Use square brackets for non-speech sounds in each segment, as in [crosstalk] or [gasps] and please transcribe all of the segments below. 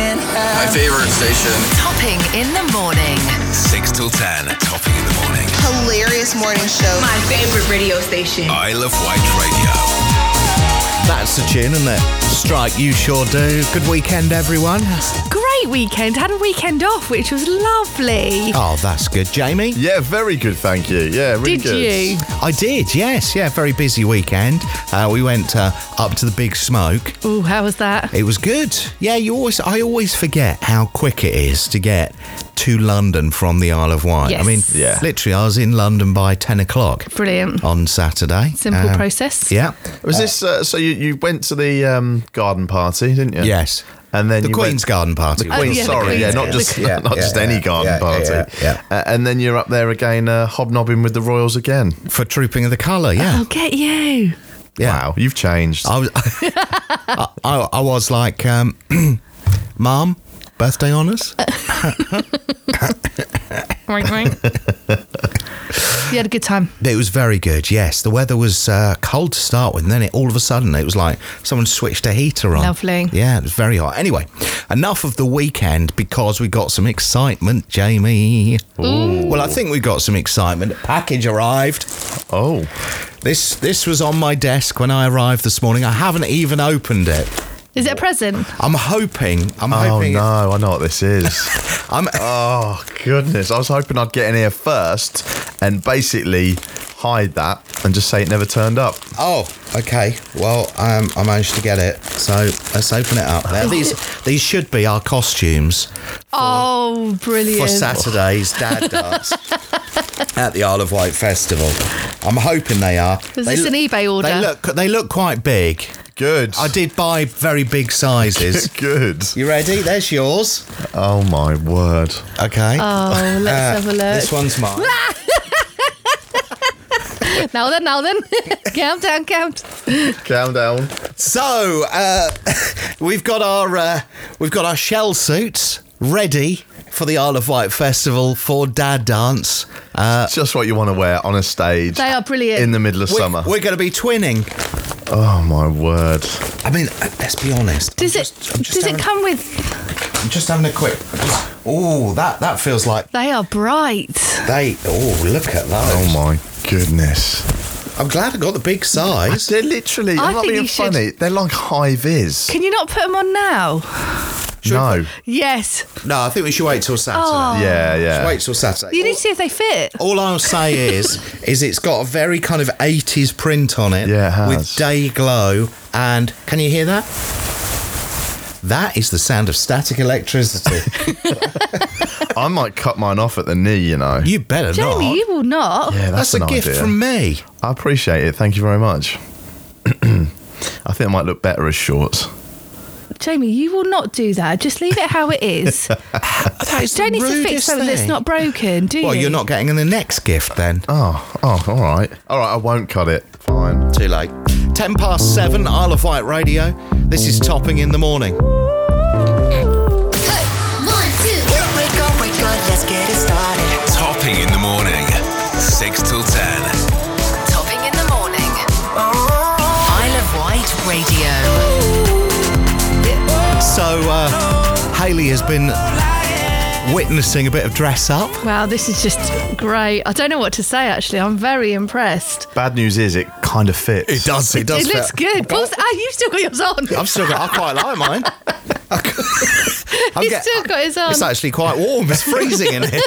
my favorite station. Topping in the morning. 6 till 10, topping in the morning. Hilarious morning show. My favorite radio station. I Love White Radio. That's the tune, isn't it? Strike, you sure do. Good weekend, everyone. Great weekend. Had a weekend off, which was lovely. Oh, that's good. Jamie? Yeah, very good, thank you. Yeah, really Did good. you? I did, yes. Yeah, very busy weekend. Uh, we went uh, up to the Big Smoke. Ooh, how was that? It was good. Yeah, you always. I always forget how quick it is to get to London from the Isle of Wight. I Yes. mean, Yeah. literally, I was in London by ten o'clock Brilliant. on Saturday. Simple Oh, Um, process. Yeah. Was this uh, so? You, you went to the um, garden party, didn't you? Yes. And then The you Queen's went, Garden Party. Oh, Queen, yeah, the sorry, Queen's yeah, not Garden. [laughs] just Yeah, not yeah, just yeah, any garden yeah, party. yeah, yeah. Uh, and then you're up there again, uh, hobnobbing with the royals again. for Trooping of the Colour. Yeah. I'll get you. yeah. Wow, you've changed. I was, [laughs] I, I, I was like, um, [clears throat] Mom, birthday honours? [laughs] Wink, wink. you had a good time. It was very good, yes. The weather was uh, cold to start with, and then it, all of a sudden it was like someone switched a heater on. Lovely. Yeah, it was very hot. Anyway, enough of the weekend because we got some excitement, Jamie. Well, I think we got some excitement. Package arrived. oh, This this was on my desk when I arrived this morning. I haven't even opened it. Is it a present? I'm hoping. I'm oh hoping. no, I know what this is. [laughs] I'm, [laughs] oh goodness, I was hoping I'd get in here first and basically hide that and just say it never turned up. Oh, okay. Well, um, I managed to get it. So let's open it up. There, [laughs] these these should be our costumes Oh, brilliant. for Saturday's [laughs] Dad Darts at the Isle of Wight Festival. I'm hoping they are. Was They this look- an eBay order? They look they look quite big. Good. I did buy very big sizes. [laughs] [laughs] Good. you ready? There's yours. Oh my word. Okay. Oh, [laughs] let's have a look. Ah, This one's [laughs] mine. Now then, [laughs] now then. [laughs] count down, count. Countdown. So uh, [laughs] we've got our uh, we've got our shell suits ready for the Isle of Wight Festival for Dad Dance. It's just what you want to wear on a stage. They are brilliant. In the middle of We're- summer. We're going to be twinning. oh my word. I mean, uh, let's be honest. Does I'm it just- I'm just does having, it come with I'm just having a quick. Oh, that that feels like they are bright. they. Oh, look at those. Oh my goodness. I'm glad I got the big size. They're literally, I I'm not think being you should- funny, they're like high vis. Can you not put them on now? No. Yes. No, I think we should wait till Saturday. Oh. Yeah, yeah. Wait till Saturday. You need to see if they fit. All I'll say is, [laughs] is it's got a very kind of 80s print on it. Yeah, it has. With day glow. And can you hear that? That is the sound of static [laughs] electricity. I might cut mine off at the knee, you know. you better Jamie, not. you will not. yeah, that's, That's, a an gift idea. from me. I appreciate it. Thank you very much. [clears throat] I think it might look better as shorts. Jamie, you will not do that. Just leave it how [laughs] it is. That is Don't need to fix something that's not broken, do you? Well, you're not getting the next gift then. Oh, oh, all right. All right, I won't cut it. Fine. Too late. 10 past 7, Isle of Wight Radio. This is Topping in the Morning. One, two. Wake up, wake up, let's get it started. Topping in the morning. 6 till 10. Topping in the morning. Oh. I love White Radio. So, uh, Haley has been witnessing a bit of dress up. Wow, this is just great. I don't know what to say actually. I'm very impressed. Bad news is it kind of fits. does, it does. it looks good. Balls- ah, you've still got yours on. I've still got, I quite like [laughs] mine. He's still got his on. It's actually quite warm. It's freezing in here.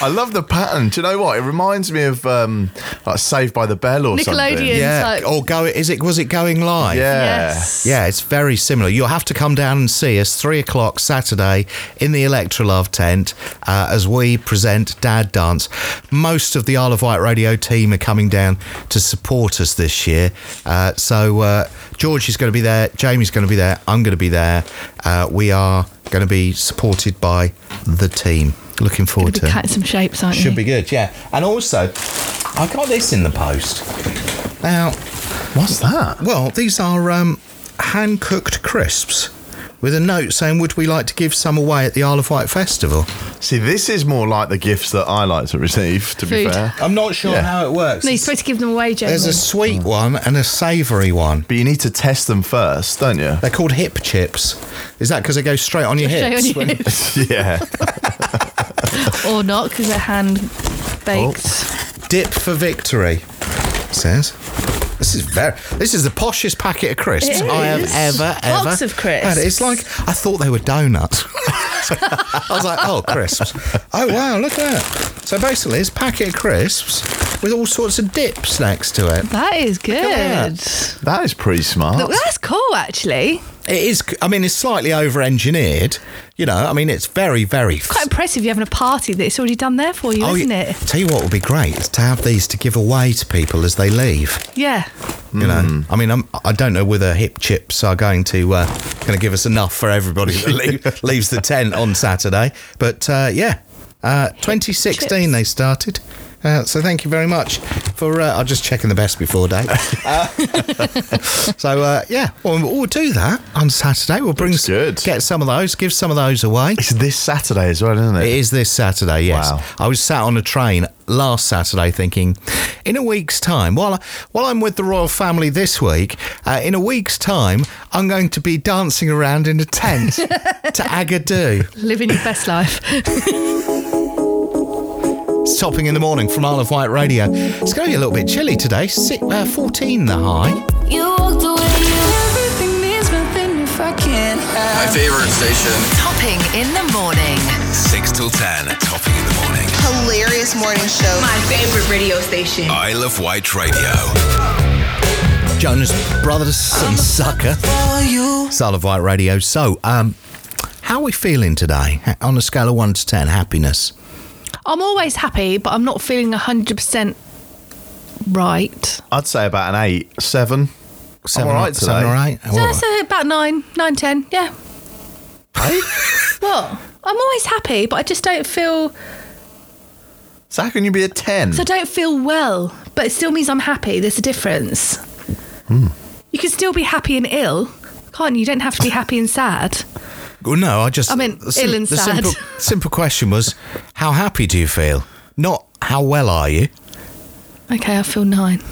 I love the pattern. Do you know what? It reminds me of um, like Saved by the Bell or something. [laughs] Nickelodeon. yeah. It's like- Or go, is it, was it going live? Yeah. Yes. uh, Yeah, it's very similar. You'll have to come down and see us three o'clock Saturday in the Electrolove tent uh, as we present Dad Dance. Most of the Isle of Wight radio team are coming down to support us this year. Uh, so uh, George is going to be there, Jamie's going to be there, I'm going to be there. Uh, we are going to be supported by the team. Looking forward Be to it. cutting some shapes, aren't you? Should be good, yeah. And also, I got this in the post. Now, What's that? well, these are um, hand cooked crisps. with a note saying, Would we like to give some away at the Isle of Wight Festival? See, this is more like the gifts that I like to receive, to be Food. fair. I'm not sure Yeah. how it works. No, you're supposed to give them away, Jamie. There's a sweet one and a savoury one. But you need to test them first, [laughs] don't you? They're called hip chips. Is that because they go straight on your Straight on hips? your when- hips. yeah. or not because they're hand baked. Oh. Dip for victory. it Says. This is very. This is the poshest packet of crisps It I have is. ever ever. Box of had. It's crisps. like I thought they were donuts. [laughs] I was like, oh, crisps. Oh wow, look at that. So basically, it's a packet of crisps with all sorts of dips next to it. That is good. at That is pretty smart. Look, that's cool, actually. It is. I mean, it's slightly over-engineered. You know, I mean, it's very, very. oh, Quite impressive you're having a party that it's already done there for you, isn't yeah. it? Tell you what would be great is to have these to give away to people as they leave. Yeah. You Mm. know, I mean, I'm, I don't know whether hip chips are going to uh, going to give us enough for everybody [laughs] that leave, leaves the tent on Saturday. But uh, yeah, uh, 2016 chips. they started. Uh, so thank you very much for. Uh, I'm just checking the best before [laughs] date. Uh, [laughs] so uh, yeah, well, we'll do that on Saturday. We'll bring Looks good. get some of those, give some of those away. It's this Saturday as well, isn't it? It is this Saturday, yes. Wow. I was sat on a train last Saturday thinking, in a week's time, while, I, while I'm with the royal family this week, uh, in a week's time, I'm going to be dancing around in a [laughs] tent to Agadoo. Living your best life. It's topping in the morning from Isle of Wight Radio. It's going to be a little bit chilly today, Six, uh, 14 the high. My favorite station. Topping in the morning. 6 till 10. Topping in the morning. Hilarious morning show. My favorite radio station. I love White Radio. Jonas Brothers and Sucker. It's Isle of Wight Radio. So, um, how are we feeling today Ha- on a scale of 1 to 10, happiness? I'm always happy, but I'm not feeling 100% right. I'd say about an eight, seven. Seven, alright seven today. or eight? So Alright. that's uh, about nine, nine, ten. Yeah. [laughs] what? I'm always happy, but I just don't feel. So how can you be a ten? So I don't feel well, but it still means I'm happy. There's a difference. Hmm. You can still be happy and ill, can't you? You don't have to be happy and sad. Well, no, I just. I meant the ill and the sad. Simple, simple question was, how happy do you feel? Not how well are you? Okay, I feel nine.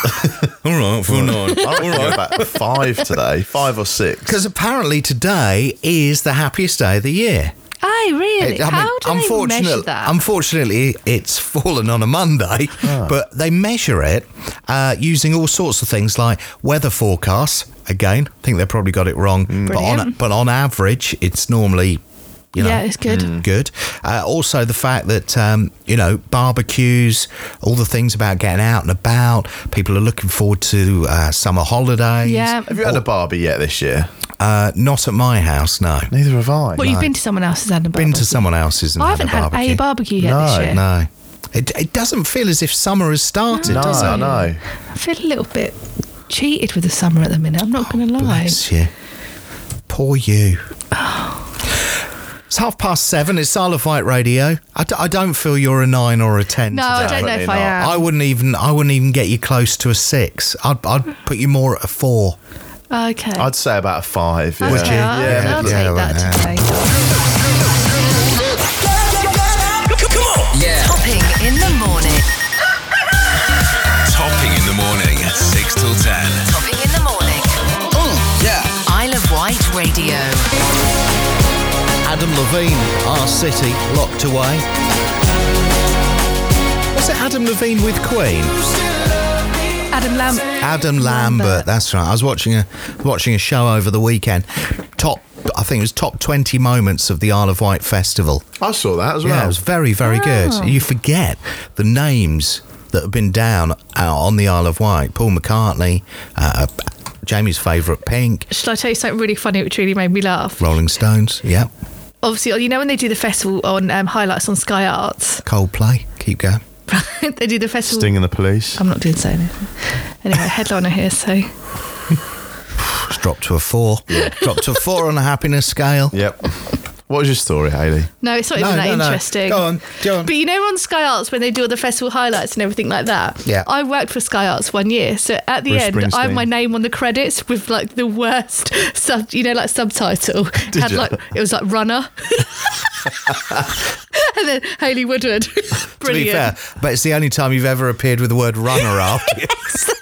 [laughs] All right, for nine. I reckon [laughs] you're about five today, five or six. Because apparently today is the happiest day of the year. Aye, really? I mean, How do they measure that? Unfortunately, it's fallen on a Monday, but they measure it uh, using all sorts of things like weather forecasts. Again, I think they probably got it wrong, but on, Brilliant. but on average, it's normally, you know, Yeah, it's good. good. Uh, also, the fact that um, you know barbecues, all the things about getting out and about. People are looking forward to uh, summer holidays. Yeah. Have you had a Barbie yet this year? Uh, not at my house. No, Neither have I. Well, you've been to someone else's and a been barbecue. to someone else's. And I had haven't had a barbecue yet this year. No. It, it doesn't feel as if summer has started, no, does it? I know. I feel a little bit cheated with the summer at the minute. I'm not going to lie. Oh, Bless you. Poor you. Oh. It's half past seven. It's Isle of Wight Radio. I, d- I don't feel you're a nine or a ten. No, today. I don't know if Definitely I am. I wouldn't even. I wouldn't even get you close to a six. I'd, I'd put you more at a four. Oh, okay. I'd say about a five. Yeah. Would you? Yeah. Yeah, I'll take well, that today. Topping in the morning. Topping in the morning. 6 till 10. Topping in the morning. yeah. Isle of Wight Radio. Adam Levine, our city, locked away. Was it Adam Levine with Queen? Adam Lamb. Adam Lambert. Lambert. That's right. I was watching a watching a show over the weekend. Top, I think it was top twenty moments of the Isle of Wight Festival. I saw that as well. Yeah, it was very very Wow. good. You forget the names that have been down out on the Isle of Wight. Paul McCartney, uh, Jamie's favourite Pink, Shall I tell you something really funny which really made me laugh? Rolling Stones. Yeah, Obviously, you know when they do the festival on um, highlights on Sky Arts? [laughs] Coldplay. Keep going. they do the festival. Sting and the police. I'm not doing so anything. Anyway, headliner here, so. Just dropped to a four. Dropped to a four on the happiness scale. Yep. What was your story, Haley? No, it's not even that interesting. Go on, go on. But you know, on Sky Arts, when they do all the festival highlights and everything like that, Yeah. I worked for Sky Arts one year. So at the Bruce end, I had Springsteen. my name on the credits with like the worst [laughs] sub, you know, like [laughs] subtitle. It had you? like it was like runner, [laughs] and then Haley Woodward. [laughs] Brilliant. to be fair, but it's the only time you've ever appeared with the word runner [laughs] after. it.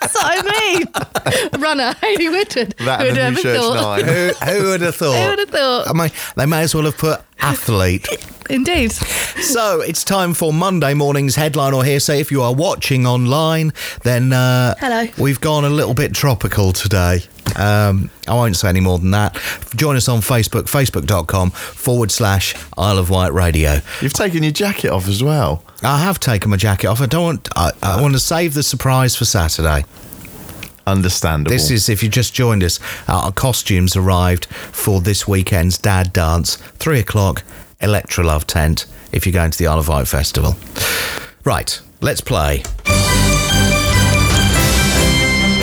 That's what I mean. runner, Haley Woodward. That Who would and the have New ever Church thought? Nine. who, who would have thought? Who would have thought? I mean, they may as well have put athlete. Indeed. so it's time for Monday morning's headline or hearsay. If you are watching online, then uh, Hello. We've gone a little bit tropical today. Um, I won't say any more than that. Join us on Facebook, facebook.com forward slash Isle of Wight Radio. You've taken your jacket off as well. I have taken my jacket off. I don't want. I, I want to save the surprise for Saturday. Understandable. This is if you just joined us. uh, Our costumes arrived for this weekend's Dad Dance, three o'clock, Electra Love Tent. If you're going to the Isle of Wight Festival, right? Let's play.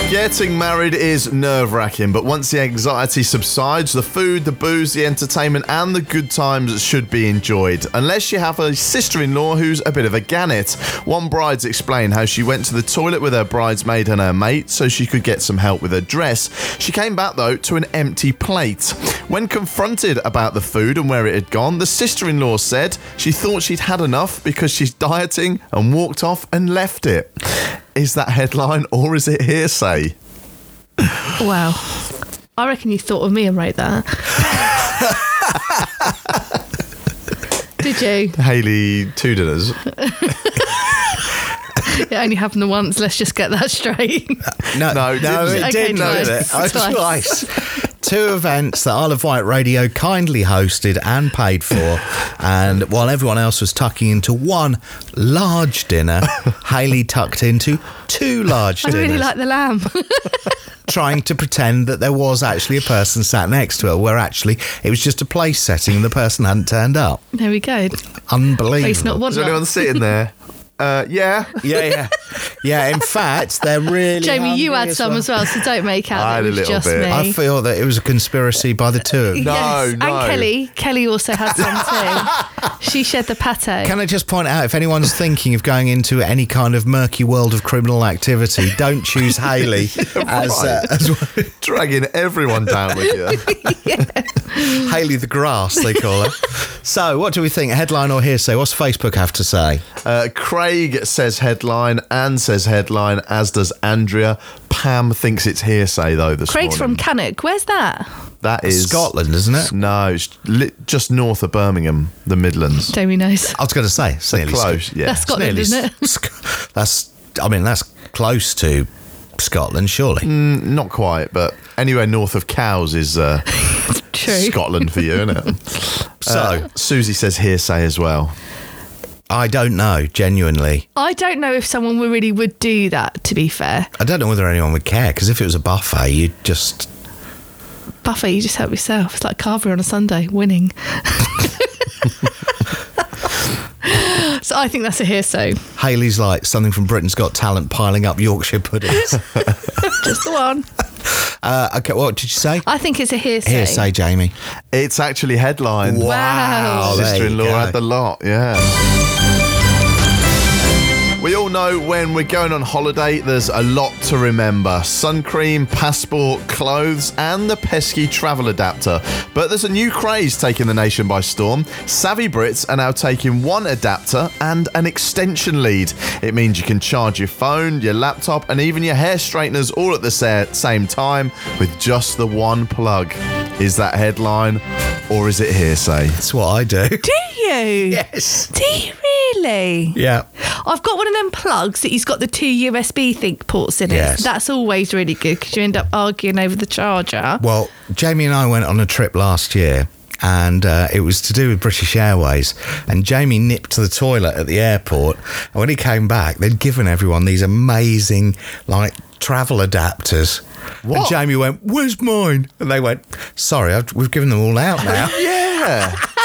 Getting married is nerve wracking, but once the anxiety subsides, the food, the booze, the entertainment, and the good times should be enjoyed. Unless you have a sister in law who's a bit of a gannet. One bride's explained how she went to the toilet with her bridesmaid and her mate so she could get some help with her dress. She came back, though, to an empty plate. When confronted about the food and where it had gone, the sister in law said she thought she'd had enough because she's dieting and walked off and left it. Is that headline or is it hearsay? Wow. I reckon you thought of me and wrote that. Did you? Haley Tudor does. It only happened once. Let's just get that [laughs] straight. No, No, it didn't. it Okay, didn't. twice. did it? Oh, Twice. twice. Two events that Isle of Wight Radio kindly hosted and paid for, and while everyone else was tucking into one large dinner, Haley tucked into two large I dinners. really like the lamb. [laughs] trying to pretend that there was actually a person sat next to her, where actually it was just a place setting and the person hadn't turned up. there we go. Unbelievable. Place not want Is there anyone not. sitting there? Uh, yeah. Yeah, yeah. Yeah, in fact, they're really. Jamie, you hungry had some as eh? well, so don't make out I that it had a was little just bit. me. I feel that it was a conspiracy by the two of [laughs] them. No, yes. no. And Kelly. Kelly also had [laughs] some too. she shared the pate. Can I just point out if anyone's thinking of going into any kind of murky world of criminal activity, don't choose [laughs] Haley as, uh, as well. Dragging everyone down with you. Haley the grass, they call her. so, what do we think? Headline or hearsay? What's Facebook have to say? Uh, Craig says headline, Anne says headline, as does Andrea. Pam thinks it's hearsay though. This Craig's from morning. Cannock. Where's that? that is Scotland, isn't it? No, it's li- just north of Birmingham, the Midlands. Jamie knows. I was going to say, it's nearly Close. Yeah. That's Scotland, Nearly isn't it? Sc- that's, I mean, that's close to Scotland, surely. Mm. Not quite, but anywhere north of cows is uh, [laughs] True. Scotland for you, isn't it? [laughs] So Susie says hearsay as well. I don't know, genuinely. I don't know if someone would- really would do that, to be fair. I don't know whether anyone would care because if it was a buffet, you'd just. Buffet, you just help yourself. It's like carvery on a Sunday, winning. [laughs] so I think that's a hearsay. Haley's like something from Britain's Got Talent piling up Yorkshire [laughs] [laughs] puddings. Just the one. uh, okay, what did you say? I think it's a hearsay. Hearsay, Jamie. It's actually headline. Wow. there you Sister-in-law go. had the lot, yeah. We all know when we're going on holiday, there's a lot to remember sun cream, passport, clothes, and the pesky travel adapter. But there's a new craze taking the nation by storm. Savvy Brits are now taking one adapter and an extension lead. It means you can charge your phone, your laptop, and even your hair straighteners all at the sa- same time with just the one plug. Is that headline or is it hearsay? That's what I do. Do you? Yes. Do you really? Yeah. I've got one of them plugs that he's got the two USB think ports in it. Yes. That's always really good because you end up arguing over the charger. Well, Jamie and I went on a trip last year, and uh, it was to do with British Airways. And Jamie nipped to the toilet at the airport, and when he came back, they'd given everyone these amazing like travel adapters. And What? Jamie went, "Where's mine?" And they went, "Sorry, I've, we've given them all [laughs] out now." Yeah. [laughs]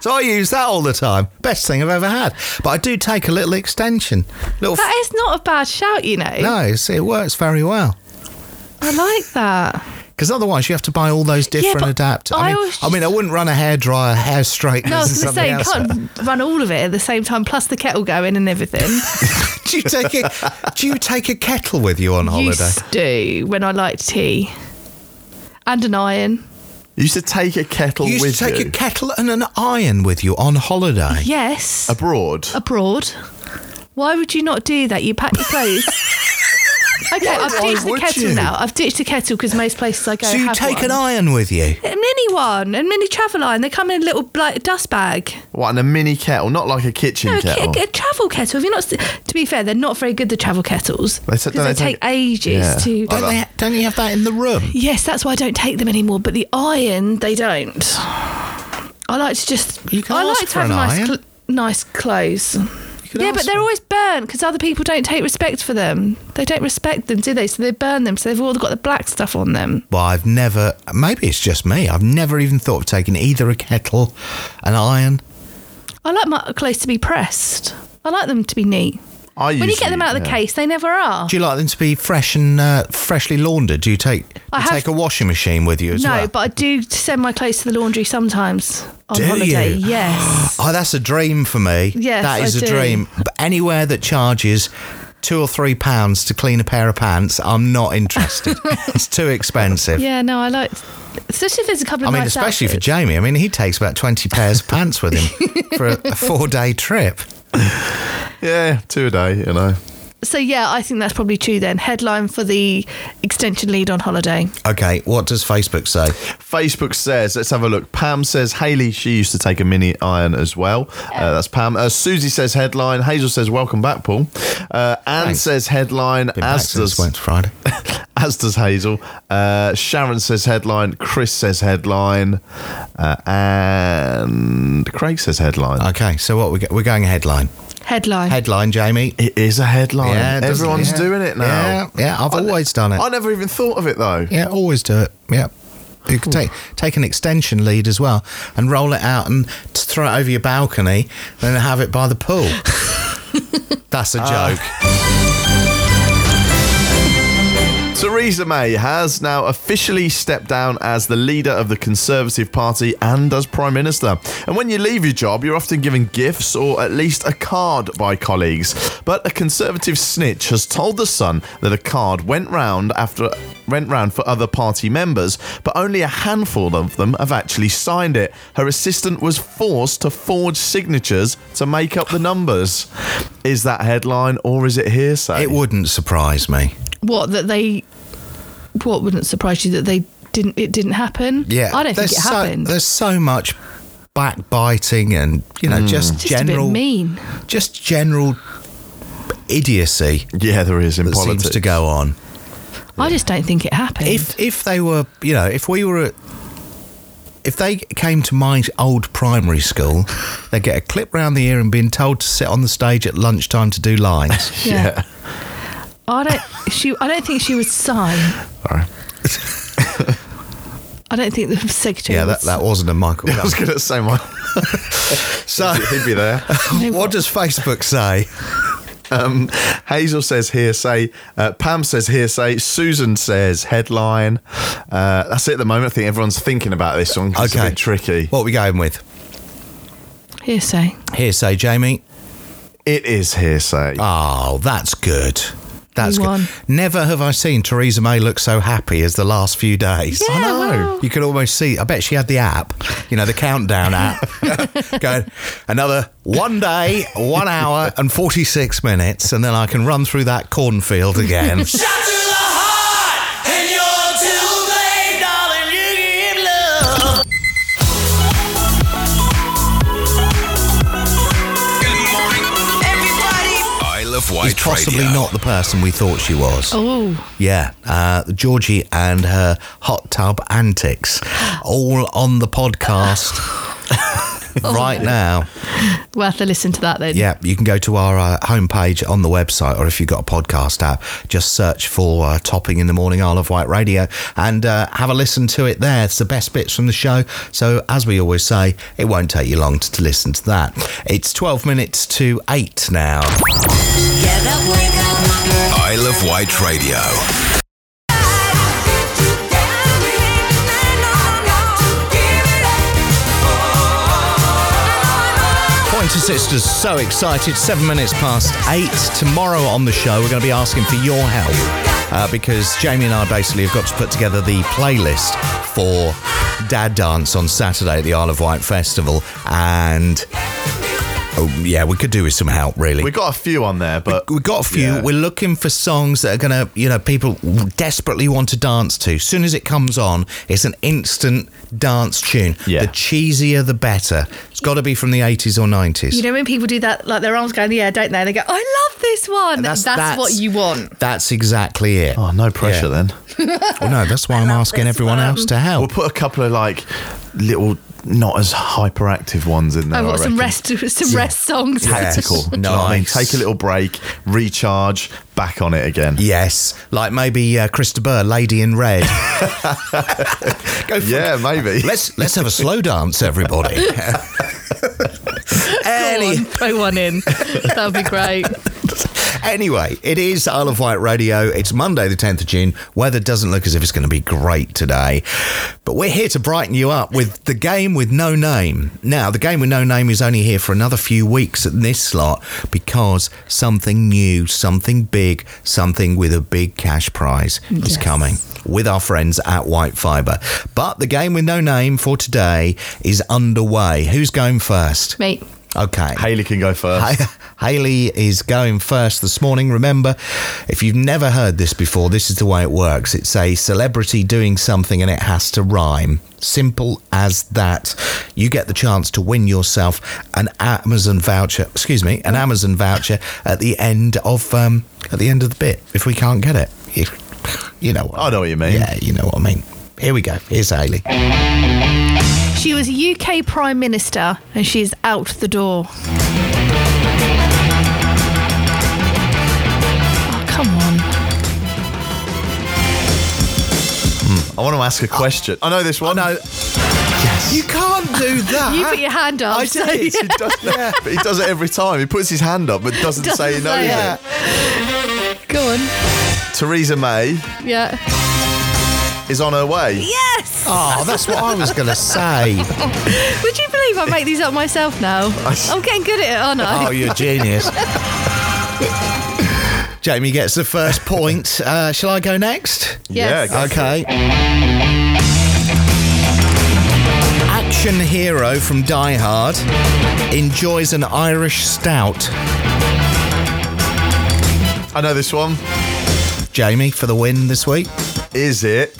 so I use that all the time. Best thing I've ever had. But I do take a little extension, little. That is not a bad shout, you know. no, it's, it works very well. [laughs] I like that. Because otherwise, you have to buy all those different but adapters. I I mean, was I mean, I wouldn't run a hairdryer hair straight. No, I was going to say, you can't run all of it at the same time, plus the kettle going and everything. [laughs] do you take it? Do you take a kettle with you on holiday? Used to when I liked tea. And an iron. You used to take a kettle You used with to take you a kettle and an iron with you on holiday. Yes. abroad. abroad. Why would you not do that? You pack [laughs] your clothes. Okay, I've why ditched the would kettle you? now. I've ditched the kettle because most places I go. so you have take one. an iron with you. A mini one, a mini travel iron. They come in a little like dust bag. What, and a mini kettle, not like a kitchen No, a, kettle. a, a travel kettle. If you're not, to be fair, they're not very good. The travel kettles They said- 'Cause don't they, they take- take, ages Yeah. to. Like Don't, they, don't you have that in the room? Yes, that's why I don't take them anymore. But the iron, they don't. I like to just. You can I ask like to for have an nice, iron. cl- nice clothes. could Yeah, ask but they're for- always burnt because other people don't take respect for them. They don't respect them, do they? So they burn them. So they've all got the black stuff on them. Well, I've never. Maybe it's just me. I've never even thought of taking either a kettle, an iron. I like my clothes to be pressed. I like them to be neat. I When you usually- get them out of the yeah. case, they never are. Do you like them to be fresh and uh, freshly laundered? Do you take I you have- take a washing machine with you as No, well? but I do send my clothes to the laundry sometimes on Do holiday. you? [gasps] Yes. Oh, that's a dream for me. Yes, that is I a do. dream. But anywhere that charges two or three pounds to clean a pair of pants, I'm not [laughs] interested. it's too expensive. yeah, no, I like. Especially if there's a couple I of mean, nice especially for outfits. Jamie. I mean, he takes about twenty pairs of pants with [laughs] him for a, a four-day trip. Yeah, two a day, you know. So yeah, I think that's probably true then. Headline for the extension lead on holiday. Okay, what does Facebook say? Facebook says, let's have a look. Pam says, Haley, she used to take a mini iron as well. Uh, that's Pam. Uh, Susie says, headline. Hazel says, welcome back, Paul. Uh, Anne Thanks. says, headline. Been back As since does, Wednesday, Friday. [laughs] as does Hazel. Uh, Sharon says, headline. Chris says, headline. Uh, and Craig says, headline. Okay, so what we go- we're going [laughs] headline. Headline. Headline, Jamie. It is a headline. Yeah, it doesn't- Everyone's yeah. doing it now. Yeah, yeah, I've always done it. I never even thought of it though. Yeah, always do it. Yeah. You can take take an extension lead as well and roll it out and t- throw it over your balcony and have it by the [laughs] pool. That's a Ah, joke. Theresa May has now officially stepped down as the leader of the Conservative Party and as Prime Minister. And when you leave your job, you're often given gifts or at least a card by colleagues. But a Conservative snitch has told The Sun that a card went round after went round for other party members, but only a handful of them have actually signed it. Her assistant was forced to forge signatures to make up the numbers. Is that headline or is it hearsay? it wouldn't surprise me. What that they? What wouldn't surprise you that they didn't? It didn't happen. Yeah, I don't think there's it so, happened. There's so much backbiting and you Hmm. know just, Just general a bit mean. just general idiocy yeah, there is in that politics. seems to go on. I just don't think it happened. If if they were, you know, if we were at if they came to my old primary school, they'd get a clip round the ear and being told to sit on the stage at lunchtime to do [laughs] lines. yeah. I don't. She. I don't think she would sign. Sorry. I don't think the secretary. yeah, that, that wasn't a Michael. [laughs] I was going to say my. so he'd be there. what does Facebook say? Um, [laughs] Hazel says hearsay. Uh, Pam says hearsay. Susan says headline. Uh, that's it at the moment. I think everyone's thinking about this one. 'cause It's a bit tricky. What are we going with? hearsay. Hearsay, Jamie. It is hearsay. Oh, that's good. That's You good. won. Never have I seen Theresa May look so happy as the last few days. Yeah, I know. well. You could almost see. I bet she had the app, you know, the countdown [laughs] app. Going another one day, one hour, and forty-six minutes, and then I can run through that cornfield [laughs] again. Good morning. Everybody. Isle of Wight She's possibly Radio. not the person we thought she was. Oh, Yeah, uh, Georgie and her hot tub antics, all on the [laughs] podcast right now. we'll have to listen to that then. Yeah, you can go to our uh, homepage on the website, or if you've got a podcast app, just search for uh, Topping in the Morning Isle of Wight Radio and uh, have a listen to it there. It's the best bits from the show. So, as we always say, it won't take you long to, to listen to that. It's 12 minutes to 8 now. Get up, wake up. Isle of Wight Radio. Together we Talented Sisters, so excited. Seven minutes past eight. Tomorrow on the show, we're going to be asking for your help uh, because Jamie and I basically have got to put together the playlist for Dad Dance on Saturday at the Isle of Wight Festival. And oh, yeah, we could do with some help, really. We got a few on there, but We've got a few. Yeah. We're looking for songs that are going to, you know, people desperately want to dance to. As soon as it comes on, it's an instant dance tune. Yeah. The cheesier, the better. It's got to be from the 80s or 90s. You know when people do that, like their arms go in the air, don't they? And they go, I love this one. That's, what you want. That's exactly it. oh, no pressure Yeah. then. Well, no, that's why I'm love asking this everyone one. else to We'll help. put a couple of like little, not as hyperactive ones Oh, in there. I want some reckon. rest, some rest songs. Tactical. Yes. Do you know what I mean? Nice. Take a little break, recharge, back on it again. Yes, like maybe uh, Krista Burr, Lady in [laughs] Red. [laughs] Go for Yeah, maybe. Let's let's have a slow dance, everybody. [laughs] [laughs] Go on, Any, throw [laughs] one in. That would be great. anyway, it is Isle of Wight Radio. It's Monday, the 10th of June. Weather doesn't look as if it's going to be great today, but we're here to brighten you up with the game with no name. Now, the game with no name is only here for another few weeks at this slot because something new, something big, something with a big cash prize is Yes. coming. with our friends at White Fibre. But the game with no name for today is underway. Who's going first? Mate, Okay. Haley can go first. [laughs] Haley is going first this morning. Remember, if you've never heard this before, this is the way it works. It's a celebrity doing something and it has to rhyme. Simple as that. You get the chance to win yourself an Amazon voucher. Excuse me, an Amazon voucher at the end of um, at the end of the bit. If we can't get it, you, you know what I know what you mean. Yeah, you know what I mean. Here we go. Here's Haley. she was UK Prime Minister and she's out the door. Oh, come on. I want to ask a question. I know this one. No, you can't [laughs] do that. You put your hand up. I so- did. He does, but he does it every time. He puts his hand up but doesn't, Doesn't say he knows say [laughs] it. Go on. Theresa May Yeah. is on her way. Yes! Oh, that's what I was going to say. Would you believe I make these up myself now? I'm getting good at it, aren't I? Oh, you're a genius. Jamie gets the first point. Uh, shall I go next? Yes. Yeah, go Okay. Action hero from Die Hard enjoys an Irish stout. I know this one. Jamie for the win this week. Is it?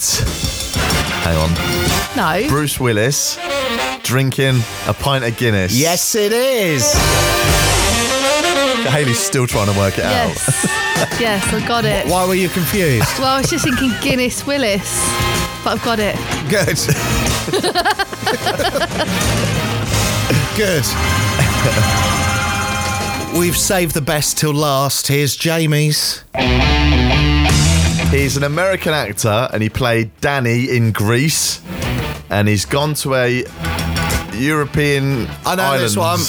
Hang on. No. Bruce Willis drinking a pint of Guinness. Yes, it is. Haley's still trying to work it out. Yes. yes, I got it. Why were you confused? Well, I was just thinking Guinness Willis, but I've got it. [laughs] Good. Good. We've saved the best till last. Here's Jamie's. He's an American actor and he played Danny in Greece. And he's gone to a European I know islands. this one.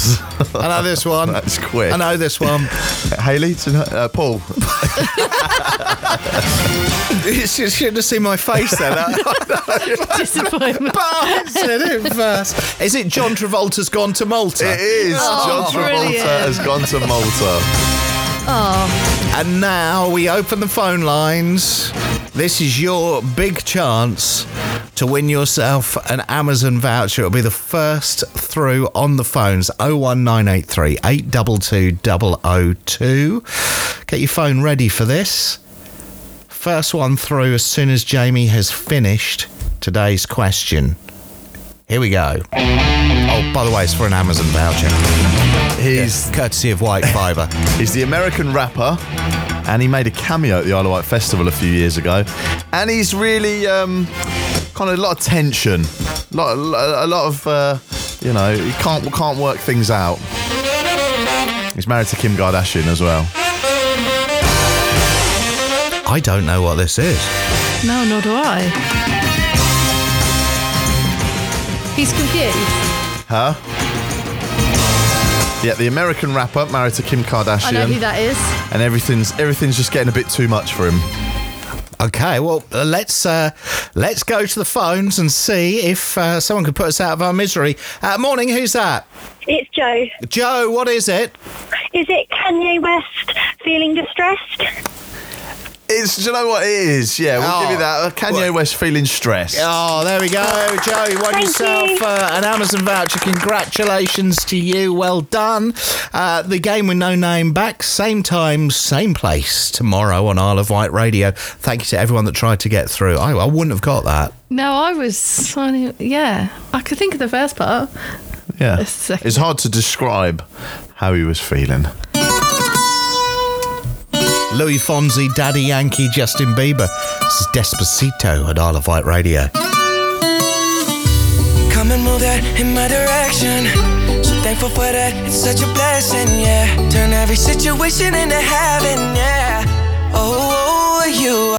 I know this one. [laughs] That's quick. I know this one. [laughs] Haley, do you know- uh, Paul. you should should have seen my face [laughs] then. Disappointment. I said it first. Is it John Travolta's Gone to Malta? It is. John Travolta brilliant. has gone to Malta. And now we open the phone lines. This is your big chance to win yourself an Amazon voucher. It'll be the first through on the phones 01983 822 002. Get your phone ready for this. First one through as soon as Jamie has finished today's question. Here we go. Oh, by the way, it's for an Amazon voucher. He's Courtesy of White Fibre. he's the American rapper, and he made a cameo at the Isle of Wight Festival a few years ago, and he's really um, kind of a lot of tension, a lot, a lot of uh, you know, he can't can't work things out. He's married to Kim Kardashian as well. I don't know what this is. No, nor do I. He's confused. Huh? Yeah, the American rapper married to Kim I know who Kardashian, that is. and everything's everything's just getting a bit too much for him. Okay, well uh, let's uh, let's go to the phones and see if uh, someone could put us out of our misery. Uh, morning, who's that? It's Joe. Joe, what is it? Is it Kanye West feeling distressed? It's, do you know what it is? Yeah, we'll Oh. give you that. Uh, Kanye West feeling stressed. Oh, there we go, Joe. You won Thank yourself you. Uh, an Amazon voucher. Congratulations to you. Well done. Uh, the game with no name back, same time, same place tomorrow on Isle of Wight Radio. Thank you to everyone that tried to get through. I, I wouldn't have got that. No, I was. I knew- Yeah, I could think of the first part. [laughs] Yeah. A second. It's hard to describe how he was feeling. [laughs] Louis Fonzie, Daddy Yankee, Justin Bieber. This is Despacito at Isle of Wight Radio. Come and move that in my direction. So thankful for that, it's such a blessing, yeah. Turn every situation into heaven, yeah. Oh, you.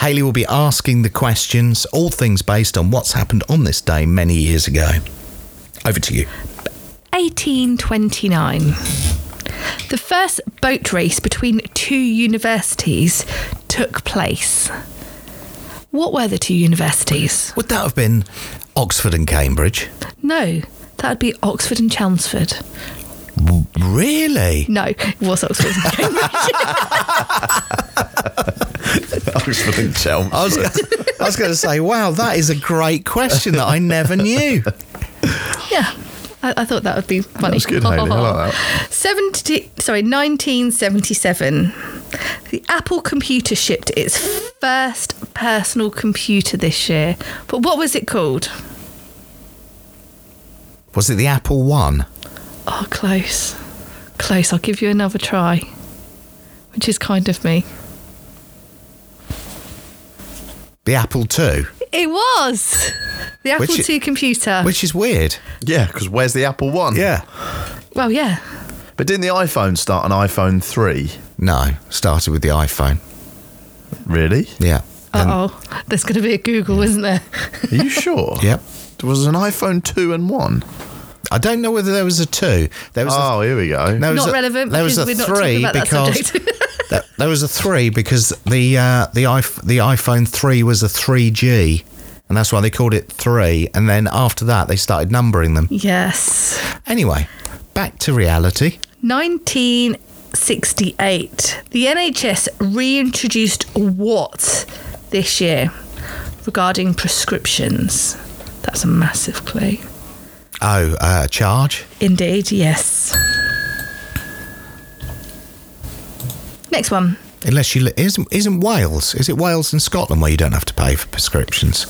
Haley will be asking the questions, all things based on what's happened on this day many years ago. Over to you. 1829. The first boat race between two universities took place. What were the two universities? Would that have been Oxford and Cambridge? No, that would be Oxford and Chelmsford. Really? No, it was Oxford and Oxford and Chelmsford. I was, I was going to say, wow, that is a great question that I never knew. [laughs] Yeah. I, I thought that would be funny. was good, Hayley. I like 70, sorry, 1977. The Apple computer shipped its first personal computer this year. But what was it called? Was it the Apple One? Oh, close. Close. I'll give you another try, which is kind of me. The Apple Two? It was the Apple Which- II computer. Which is weird. Yeah, because where's the Apple One? well, yeah. But didn't the iPhone start on iPhone 3? No, started with the iPhone. Really? Yeah. Uh oh. There's going to be a Google, isn't there? Are [laughs] you sure? Yep. There was an iPhone 2 and 1. I don't know whether there was a two. There was a Oh, here we go. There was Not a- relevant There was a because we're not three talking about that because subject. [laughs] there, there was a three because the uh, the iPh- the iPhone three was a three G, and that's why they called it three. And then after that, they started numbering them. yes. Anyway, back to reality. 1968. The NHS reintroduced what this year regarding prescriptions? That's a massive clue. Oh, uh, charge. Indeed, yes. Next one. Unless you li- isn't isn't Wales? Is it Wales and Scotland where you don't have to pay for prescriptions?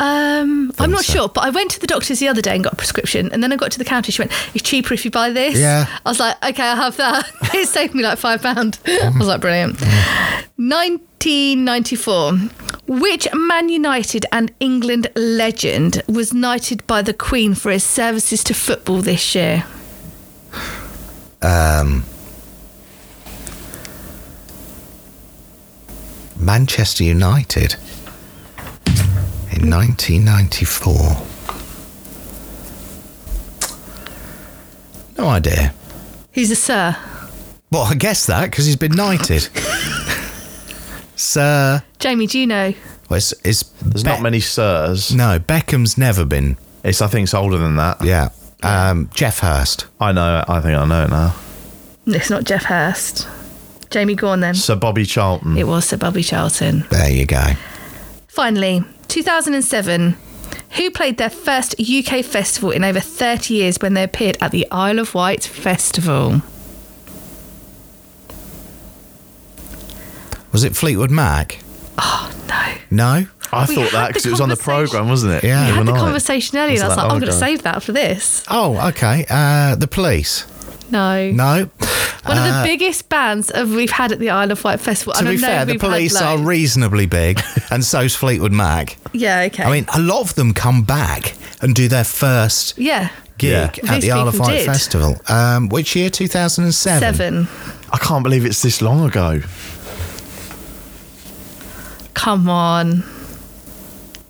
Um, I'm not so. sure, but I went to the doctor's the other day and got a prescription, and then I got to the counter. She went, "It's cheaper if you buy this." Yeah. I was like, "Okay, I'll have that." [laughs] it saved me like five pound. [laughs] I was like, "Brilliant." 1994. Which Man United and England legend was knighted by the Queen for his services to football this year? Manchester United in 1994. No idea. He's a Sir Well, I guess that because he's been knighted. Sir, Jamie. Do you know? well, it's, it's There's not many sirs. No, Beckham's never been. It's, I think it's older than that. Yeah, um, Jeff Hurst. I know. I think I know it now. It's not Jeff Hurst. Jamie Gorn. Then Sir Bobby Charlton. it was Sir Bobby Charlton. There you go. Finally, 2007. Who played their first UK festival in over 30 years when they appeared at the Isle of Wight Festival? Was it Fleetwood Mac? No. No. I We thought had that the because it was on the conversation. programme, wasn't it? Yeah. I We had the Overnight. conversation earlier and I was like, I'm going to God. save that for this. Oh, okay. Uh, the police. No. No. One of Uh, the biggest bands of we've had at the Isle of Wight Festival. To and be I know fair, the we've had, police are like- reasonably [laughs] big, and so's Fleetwood Mac. Yeah, okay. I mean, a lot of them come back and do their first yeah. gig Yeah. at These the Isle of people Wight did. Festival. Um, which year? Two thousand and Seven. I can't believe it's this long ago. Come on.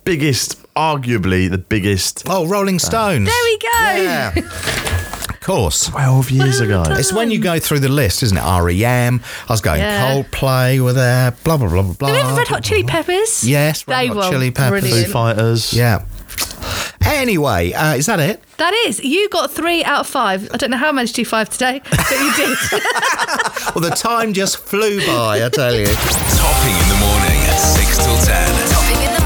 Biggest, arguably the biggest. Oh, Rolling Stones. There we go. Yeah. course. 12 years ago. It's when you go through the list, isn't it? REM. I was going Yeah. Coldplay with there. Blah blah blah blah blah. Remember Red Hot Chili Peppers? Yes, Red they Hot were Chili Peppers. Foo Brilliant. Fighters. Yeah. Anyway, uh, is that it? That is. You got three out of five. I don't know how I managed to do five today, but you [laughs] did. Well, the time just flew by. I tell you. Topping in the morning, 6 till 10. Topping in the morning.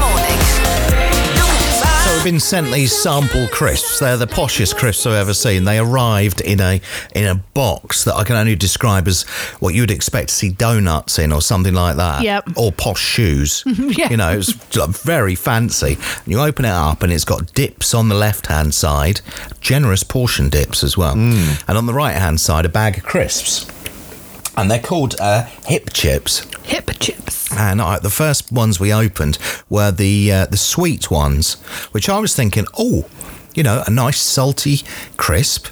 So we've been sent these sample crisps. They're the poshest crisps I've ever seen. They arrived in a in a box that I can only describe as what you'd expect to see donuts in or something like that. Yep. Or posh shoes. [laughs] Yeah. You know, it's like very fancy. And you open it up and it's got dips on the left hand side, generous portion dips as well. And on the right hand side a bag of crisps. And they're called uh, hip chips. Hip chips. And I, the first ones we opened were the uh, the sweet ones, which I was thinking, oh, you know, a nice salty crisp.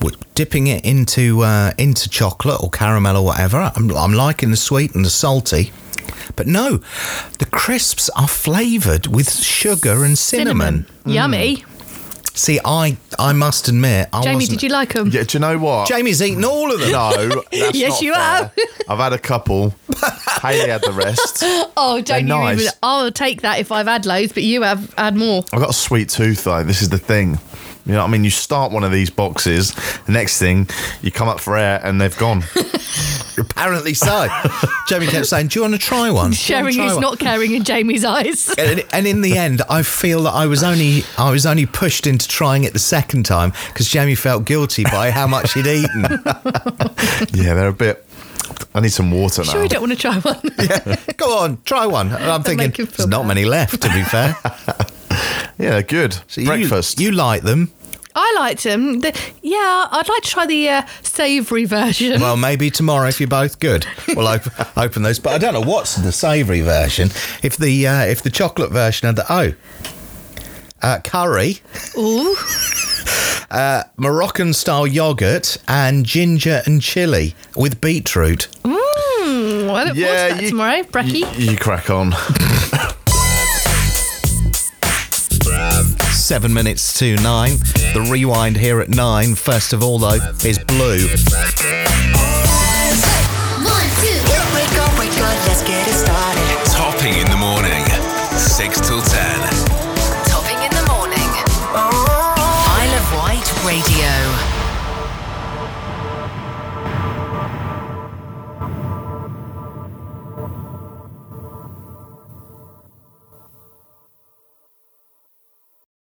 We're Dipping it into uh, into chocolate or caramel or whatever, I'm, I'm liking the sweet and the salty, but no, the crisps are flavoured with sugar and cinnamon. Mm. Yummy. See, I I must admit, I Jamie, wasn't. did you like them? Yeah, do you know what? Jamie's eaten all [laughs] of them. No, that's Yes, not you fair. have. [laughs] I've had a couple. Haley had the rest. Oh, They're don't you nice. even? I'll take that if I've had loads, but you have had more. I've got a sweet tooth though. This is the thing. You know, what I mean, you start one of these boxes. The next thing, you come up for air, and they've [laughs] gone. Apparently so. Jamie kept saying, "Do you want to try one?" Do you wanna [laughs] Sharing try is one?" not caring in [laughs] Jamie's eyes. and, and in the end, I feel that I was only I was only pushed into trying it the second time because Jamie felt guilty by how much he'd eaten. [laughs] yeah, they're a bit. I need some water now. Sure, you don't want to try one. [laughs] Go on, try one. And I'm thinking make him feel there's not bad. many left. To be [laughs] fair, Yeah, they're good. So you- Breakfast. You, like them? I liked them. The- yeah, I'd like to try the uh, savoury version. Well, maybe tomorrow if you're both good, we'll op- [laughs] open those. But I don't know what's in the savoury version. If the uh, if the chocolate version had the oh. Uh, curry, [laughs] Uh, Ooh, Moroccan style yogurt, and ginger and chili with beetroot. well, Hmm, I look forward to that tomorrow, Brecky. You, you crack on. Seven minutes to nine. The rewind here at nine. First of all, though, is Blue. Oh.